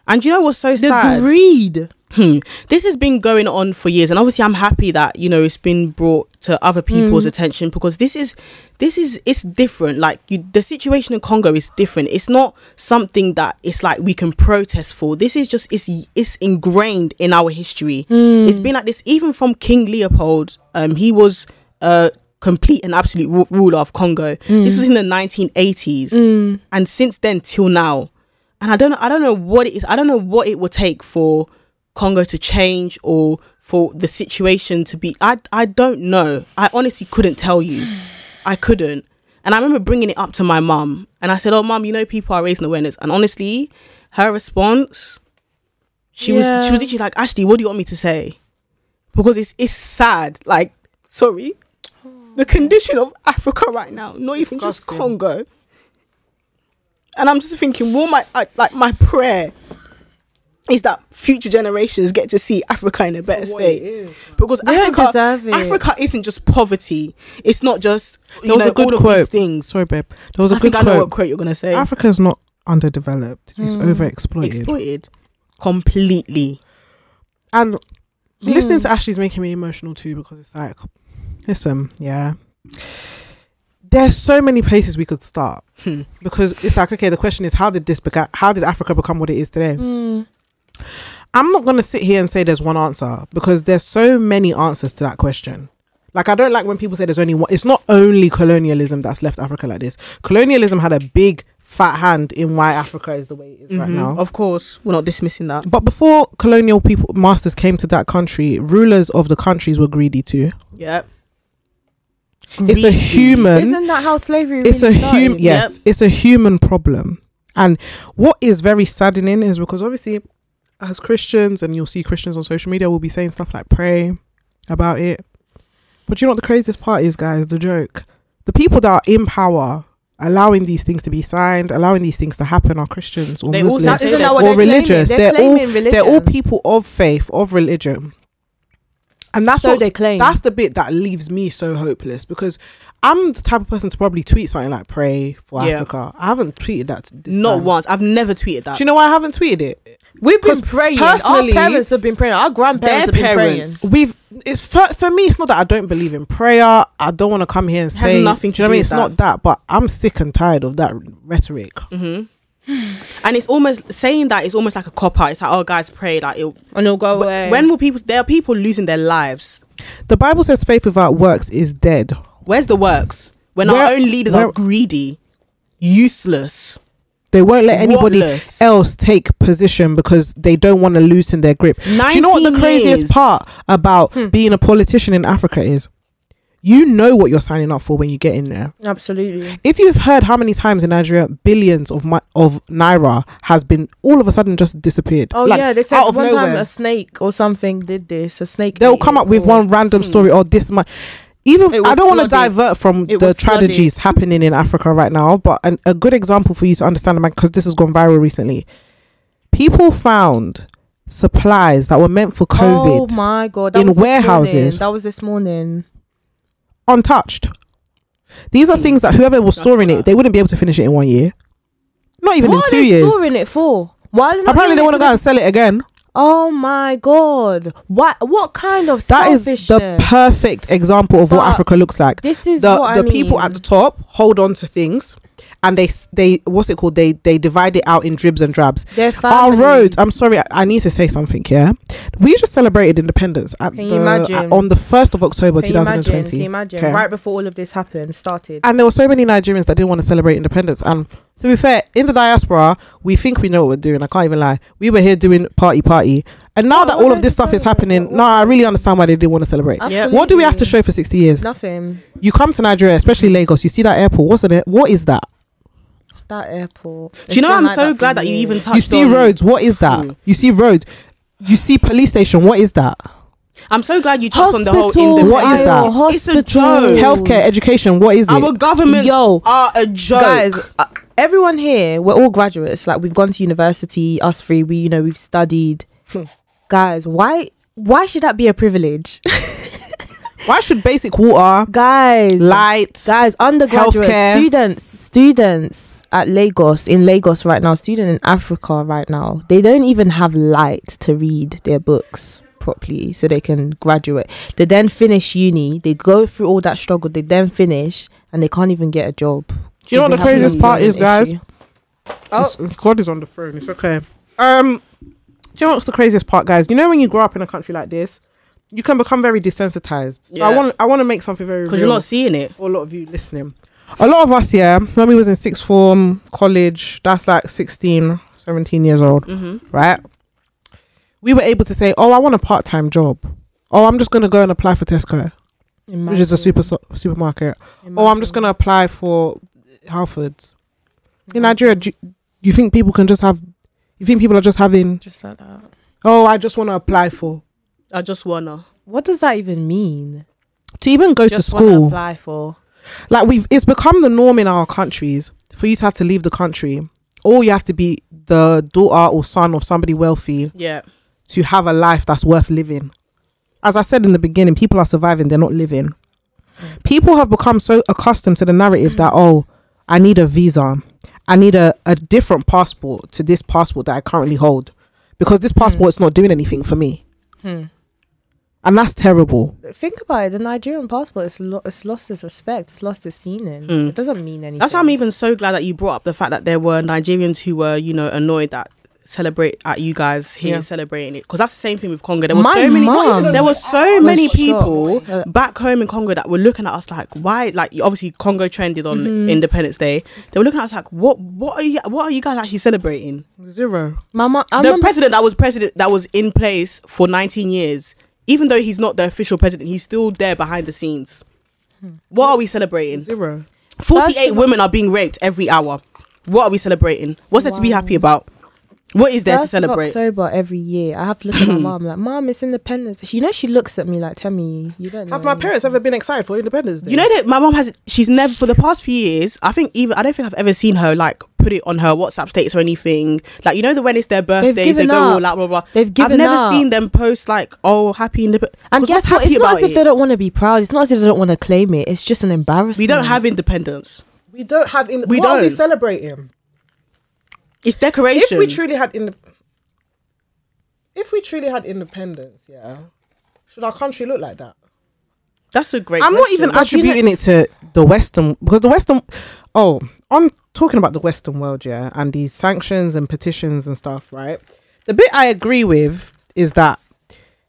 And you know what's so sad? greed. Hmm. This has been going on for years, and obviously, I'm happy that you know it's been brought to other people's Mm. attention because this is this is it's different. Like you, the situation in Congo is different. It's not something that it's like we can protest for. This is just it's it's ingrained in our history. It's been like this even from King Leopold. Um, he was a complete and absolute ru- ruler of Congo. This was in the 1980s Mm. and since then till now and i don't know i don't know what it is i don't know what it will take for congo to change or for the situation to be i i don't know i honestly couldn't tell you i couldn't and i remember bringing it up to my mum and i said oh mum you know people are raising awareness and honestly her response she was she Yeah. was literally like ashley what do you want me to say because it's it's sad like sorry the condition of africa right now not even just Disgusting. congo and I'm just thinking, will my I, like my prayer is that future generations get to see Africa in a better state because They don't Africa deserve it. Africa isn't just poverty. It's not just you There was know, a good all of quote. these things. Sorry, babe. There was a I good think I know what quote. quote Hmm. you're gonna say. Africa is not underdeveloped. It's Mm. overexploited. Exploited completely. Hmm. and listening Mm. to Ashley's making me emotional too because it's like, listen, yeah. There's so many places we could start Hmm. because it's like, okay, the question is, how did this beca- How did Africa become what it is today? Mm. I'm not gonna sit here and say there's one answer because there's so many answers to that question. Like I don't like when people say there's only one. It's not only colonialism that's left Africa like this. Colonialism had a big fat hand in why Africa is the way it is right Mhm. now. of course, we're not dismissing that. But before colonial people masters came to that country, rulers of the countries were greedy too. Yeah, It's a Greedy. human. Mm. Isn't that how slavery it's a really human. started? Yes, it's a human problem. And what is very saddening is because obviously, as Christians, and you'll see Christians on social media will be saying stuff like "pray" about it. But you know what the craziest part is, guys? The joke. The people that are in power, allowing these things to be signed, allowing these things to happen, are Christians or They all Muslims. That- isn't that what they're claiming? They're claiming religion. They're all people of faith, of religion. And that's so what they claim. that's the bit that leaves me so hopeless because I'm the type of person to probably tweet something like "Pray for Yeah. Africa." I haven't tweeted that. This not time. once. I've never tweeted Do that. you know why I haven't tweeted it? We've been 'Cause praying. personally- Our parents have been praying. Our grandparents have Their been parents. We've it's for, for me. It's not that I don't believe in prayer. I don't want to come here and has say nothing Do you to know what I do mean? with It's not that, but I'm sick and tired of that rhetoric. hmm and it's almost saying that it's almost like a cop out. It's like, oh, guys, pray that it. praying. And they'll go away. When will people? There are people losing their lives. The Bible says faith without works is dead. Where's the works? When Where- our own leaders where- are greedy, useless, They won't let anybody worthless. else take position because they don't want to loosen their grip. Do you know what the 19 craziest years. part about Hmm. being a politician in Africa is? You know what you're signing up for when you get in there. Absolutely. If you've heard how many times in Nigeria billions of my, of naira has been all of a sudden just disappeared. Oh Like, yeah, they said out of one time nowhere. a snake or something did this. A snake. They'll ate come it up with or- one random Hmm. story or this much. Even It I was don't want to flooded. divert from It the was flooded. tragedies happening in Africa right now, but an, a good example for you to understand, because this has gone viral recently. People found supplies that were meant for COVID Oh my god! That in was this warehouses. morning. That was this morning. untouched. These are Hmm. things that whoever was That's storing it, that. they wouldn't be able to finish it in one year, not even what in are two they years. storing it for? Why are they not Apparently, they giving want it to go the- and sell it again. Oh my god! What what kind of That is selfishness? the perfect example of what But Africa looks like. this is the what I the people mean. at the top hold on to things. and they s- they what's it called? They they divide it out in dribs and drabs. Their Our families. roads. I'm sorry, I, I need to say something. Yeah, we just celebrated independence at Can you the, imagine? at- on the first of October, Can you imagine? Can 2020. you imagine? Okay. Right before all of this happened, started. and there were so many Nigerians that didn't want to celebrate independence. And to be fair, in the diaspora, we think we know what we're doing. I can't even lie. We were here doing party, party, and now No, that what all is of this the stuff is problem? happening, What- no, I really understand why they didn't want to celebrate. What do we have to show for 60 years? Nothing. You come to Nigeria, especially Lagos, you see that airport. What's in it? What is that? That airport. Do you know? It's been I'm like so for glad that you years. even touched. You see on- roads. What is that? Hmm. You see roads. You see police station. What is that? I'm so glad you touched on the Hospital, whole independence. What is that? aisle, It's a hospital. joke. Healthcare, education. What is it? Our governments Yo, are a joke. guys uh, everyone here we're all graduates like we've gone to university us three we you know we've <laughs> studied guys why why should that be a privilege Why should basic water, guys light, guys undergraduate Healthcare. students students at lagos in lagos right now student in africa right now they don't even have light to read their books properly so they can graduate they then finish uni they go through all that struggle they then finish and they can't even get a job Do you know Because what the they have craziest an part is, employment guys? issue. It's- God is on the throne. It's okay. oh. Um, do you know what's the craziest part, guys? You know when you grow up in a country like this, you can become very desensitized. So I Yeah. want I want to make something very because real you're not seeing it. for a lot of you listening. A lot of us, yeah, when we was in sixth form, college, that's like 16, 17 years old, Mm-hmm. right? We were able to say, "Oh, I want a part-time job. Oh, I'm just gonna go and apply for Tesco, which is a super supermarket. Oh, I'm just gonna apply for Halfords in Nigeria, do you, you think people can just have? You think people are just having? Just like that. Oh, I just want to apply for I just wanna. What does that even mean? to even go to Just wanna school. Apply for. Like we've, it's become the norm in our countries for you to have to leave the country, or you have to be the daughter or son of somebody wealthy Yeah. to have a life that's worth living. As I said in the beginning, people are surviving; they're not living. Mm. People have become so accustomed to the narrative that oh, I need a visa, I need a, a different passport to this passport that I currently hold, because this Mm. passport's not doing anything for me. Hmm. and that's terrible. Think about it. The Nigerian passport is lo- it's lost its respect. It's lost its meaning. Hmm. It doesn't mean anything. That's why I'm even so glad that you brought up the fact that there were Nigerians who were, you know, annoyed that celebrate at you guys here Yeah. celebrating it because that's the same thing with Congo. There were My so many. mum There were so many shocked. people Uh, back home in Congo that were looking at us like, why? Like obviously Congo trended on Mhm. Independence Day. They were looking at us like, what? What are you? What are you guys actually celebrating? Zero. My mum. I the remember. president that was president that was in place for 19 years, even though he's not the official president, he's still there behind the scenes. Hmm. What are we celebrating? Zero. 48 That's- women are being raped every hour. What are we celebrating? What's there to be Wow. happy about? What is there to First of celebrate? October every year, I have to look at my mom like, Mom, it's Independence. She, you know, she looks at me like, Tell me, you don't know. Have my parents ever been excited for Independence Day? You know that my mom has. She's never for the past few years. I think even I don't think I've ever seen her like put it on her WhatsApp status or anything. Like you know the when it's their birthdays, they given go all up. out blah blah. They've I've given never up. seen them post like oh happy independence. And guess what? It's not as if they don't want to be proud. It's not as if they don't want to claim it. It's just an embarrassment. We don't have independence. we don't have. In- We what are we don't. celebrating? It's decoration. If we truly had in, if we truly had independence, yeah, should our country look like that? That's a great. I'm not even But you know- attributing it to the Western because the Western. Oh, I'm talking about the Western world, yeah, and these sanctions and petitions and stuff, right? The bit I agree with is that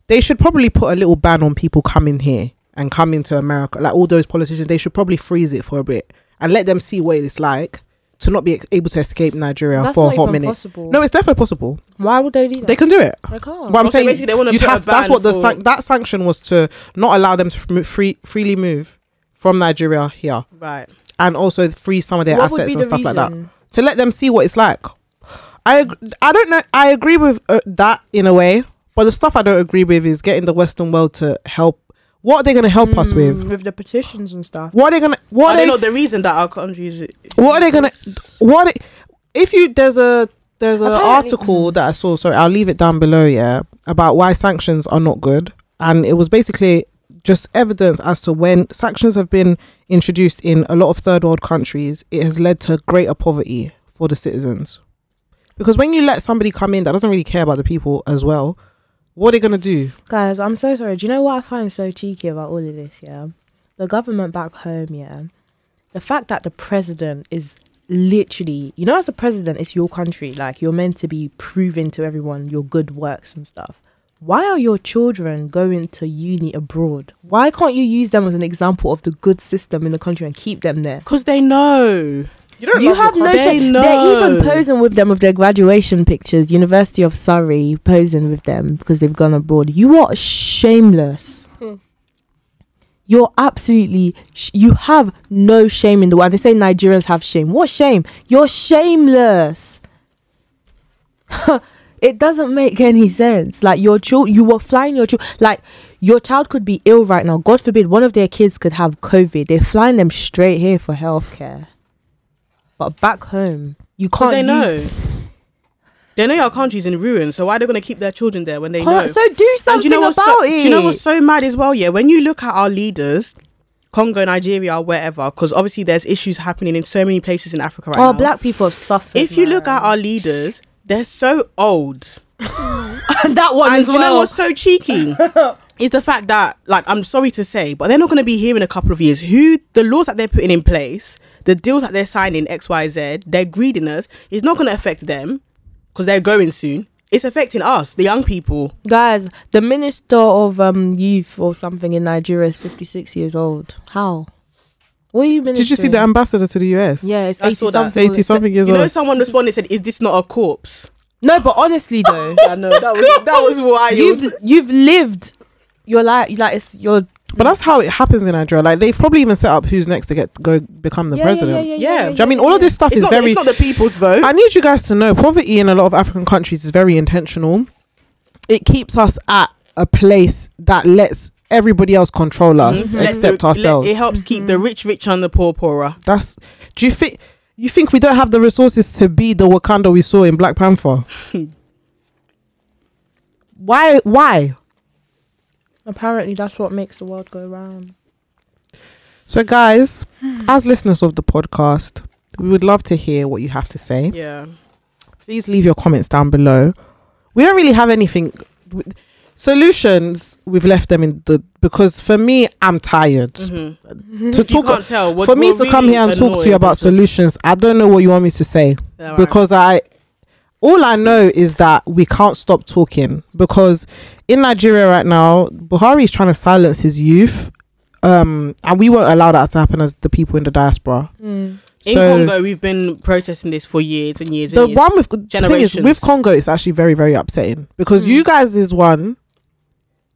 they should probably put a little ban on people coming here and coming to America. Like all those politicians, they should probably freeze it for a bit and let them see what it's like to not be able to escape Nigeria That's for not a hot even minute. possible. No, it's definitely possible. Why would they do that? They can do it. They can't. But I'm Okay, saying basically they wanna you'd put a have that's ban what the for- san- that sanction was to not allow them to f- mo- free, freely move from Nigeria here right. and also freeze some of their What would be assets and the stuff like that reason? to let them see what it's like. I ag- I don't know. I agree with uh, that in a way, but the stuff I don't agree with is getting the Western world to help. What are they going to help us Mm, with? with the petitions and stuff. What are they going to? Are What they are they? not the reason that our country is? What are they gonna- what? It, if you there's a there's an Apparently- article that I saw. Sorry, I'll leave it down below. Yeah, about why sanctions are not good, and it was basically just evidence as to when sanctions have been introduced in a lot of third world countries, it has led to greater poverty for the citizens. Because when you let somebody come in that doesn't really care about the people as well, what are they gonna do? Guys, I'm so sorry. Do you know what I find so cheeky about all of this? Yeah, the government back home. Yeah, the fact that the president is literally, you know, as a president, it's your country. Like you're meant to be proving to everyone your good works and stuff. Why are your children going to uni abroad? Why can't you use them as an example of the good system in the country and keep them there? Because they know. You don't you love your have no country. They shame. They're even know. posing with them with their graduation pictures. University of Surrey posing with them because they've gone abroad. You are shameless. Hmm. You're absolutely. Sh- you have no shame in the world. They say Nigerians have shame. What shame? You're shameless. <laughs> it doesn't make any sense. Like your child, you were flying your child. Like your child could be ill right now. God forbid one of their kids could have COVID. They're flying them straight here for healthcare. But back home, you can't. Because they use- know. They know our country's in ruin, so why are they going to keep their children there when they know? Can't- So do And something about what's so, it. Do you know what's so mad as well? Yeah, when you look at our leaders, Congo, Nigeria, or wherever, because obviously there's issues happening in so many places in Africa right oh, now. black people have suffered. if you look at man. <laughs> our leaders, they're so old. that one and as do you know well. what's <laughs> so cheeky? is the fact that, like, I'm sorry to say, but they're not going to be here in a couple of years. Who the laws that they're putting in place, the deals that they're signing, X, Y, Z, their greediness is not going to affect them because they're going soon. It's affecting us, the young people. Guys, the minister of um youth or something in Nigeria is fifty six years old. How? What are you ministering? Did you see the ambassador to the US? Yeah, it's I eighty saw that. something. eighty something years you know, old. someone responded said, "Is this not <laughs> a corpse?" No, but honestly <laughs> though, I know that was that <laughs> was wild. you've you've lived your life like it's your But that's how it happens in Nigeria. Like they've probably even set up who's next to get go become the president. Yeah, Do Yeah. you know what I mean, all of this stuff it's, is not, very. it's not the people's vote. I need you guys to know poverty in a lot of African countries is very intentional. It keeps us at a place that lets everybody else control us Mhm. Let's except do- let- ourselves. it helps keep the rich rich and the poor poorer. That's. Do you think you think we don't have the resources to be the Wakanda we saw in Black <laughs> Panther? why? Why? Apparently, that's what makes the world go round. So, guys, Hmm. as listeners of the podcast, we would love to hear what you have to say. Yeah, please leave your comments down below. We don't really have anything w- solutions. We've left them in the because for me, I'm tired Mhm. <laughs> to you talk. can't tell. We're- For me we're to come really here and talk to you annoyed about with this. solutions, I don't know what you want me to say Yeah, right. because I all I know is that we can't stop talking because in Nigeria right now, Buhari is trying to silence his youth. Um, and we won't allow that to happen as the people in the diaspora. Hmm. in so- Congo we've been protesting this for years and years. the and years. one with the thing is with Generations. Hmm. Congo, it's actually very very upsetting because Mm. you guys is one.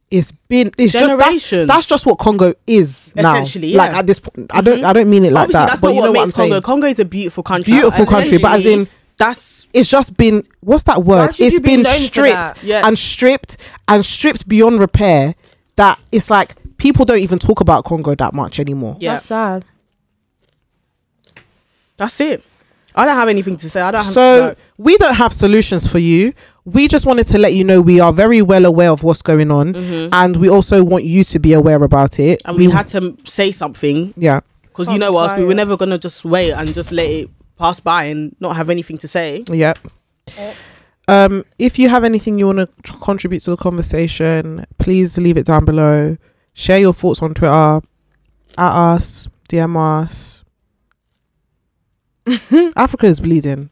It's been it's just that's, Generations. that's just what Congo is now. Essentially, like yeah. at this point, I don't Mhm. I don't mean it like obviously that, that's but not you what know what I'm makes Congo. saying. Congo is a beautiful country. Beautiful country, but as in Essentially, that's it's just been what's that word? should It's you be been known for stripped that? yeah. and stripped and stripped beyond repair. That it's like people don't even talk about Congo that much anymore. yeah, That's sad. that's it. I don't have anything to say. I don't. Have, So no. we don't have solutions for you. We just wanted to let you know we are very well aware of what's going on, and we also want you to be aware about it. and we had to say something yeah. because Oh, you Can't know be what else we were quiet. never gonna just wait and just let it pass by and not have anything to say. Yep. Um, if you have anything you want to tr- contribute to the conversation, please leave it down below. Share your thoughts on Twitter at us, DM <laughs> us. Africa is bleeding.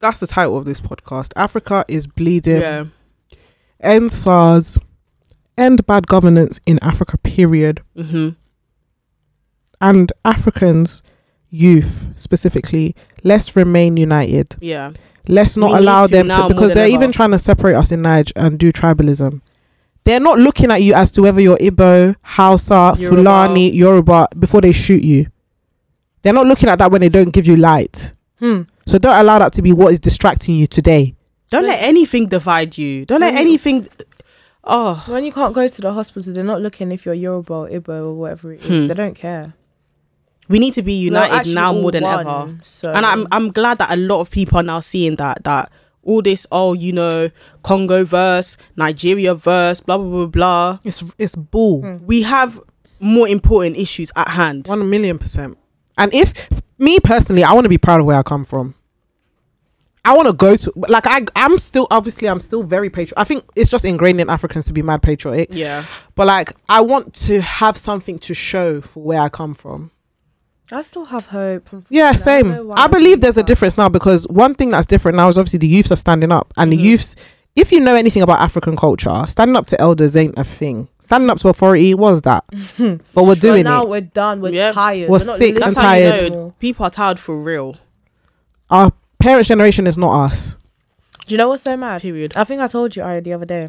That's the title of this podcast. Africa is bleeding. Yeah. End SARS. End bad governance in Africa. Period. Mm-hmm. And Africans, youth specifically, let's remain united. Yeah. Let's not We need allow to them now to more because than they're ever. even trying to separate us in Niger and do tribalism. They're not looking at you as to whether you're Igbo, Hausa, Yoruba. Fulani, Yoruba before they shoot you. They're not looking at that when they don't give you light. Hmm. So don't allow that to be what is distracting you today. Don't let anything divide you. Don't let Mhm. anything. Oh, When you can't go to the hospital, they're not looking if you're Yoruba or Igbo or whatever it is. Hmm. They don't care. we need to be We're united actually now all more than one, ever. So And I'm I'm glad that a lot of people are now seeing that that all this oh you know Congo verse Nigeria verse blah blah blah blah. It's it's bull. Hmm. We have more important issues at hand. One million percent. And if me personally, I want to be proud of where I come from. I want to go to like I I'm still obviously I'm still very patriotic. I think it's just ingrained in Africans to be mad patriotic. Yeah. But like I want to have something to show for where I come from. I still have hope. Yeah, I don't same. know why I I believe believe there's a that. difference now because one thing that's different now is obviously the youths are standing up, and Mhm. the youths, if you know anything about African culture, standing up to elders ain't a thing. Standing up to authority <laughs> was that, but we're doing now it. we're done. We're Yeah. tired. We're not sick and listening That's how you tired. anymore. know people are tired for real. Our parents' generation is not us. Do you know what's so mad? Period. I think I told you already the other day.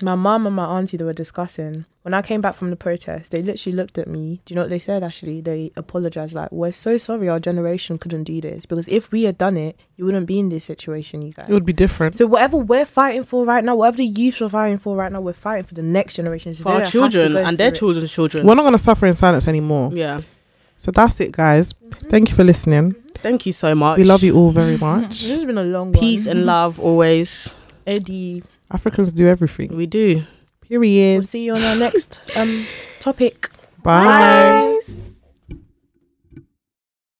My mum and my auntie they were discussing. When I came back from the protest, they literally looked at me. Do you know what they said actually? They apologized like, We're so sorry our generation couldn't do this because if we had done it, you wouldn't be in this situation, you guys. It would be different. so whatever we're fighting for right now, whatever the youth are fighting for right now, we're fighting for the next generation. So For they our don't have to children go and their through children's children. We're not gonna suffer in silence anymore. Yeah. So that's it, guys. Thank you for listening. Thank you so much. We love you all <laughs> very it. much. This has been a long Peace one. and love always. Eddie. Africans do everything. We do. We'll Period. see you on our next um topic. Bye. Bye.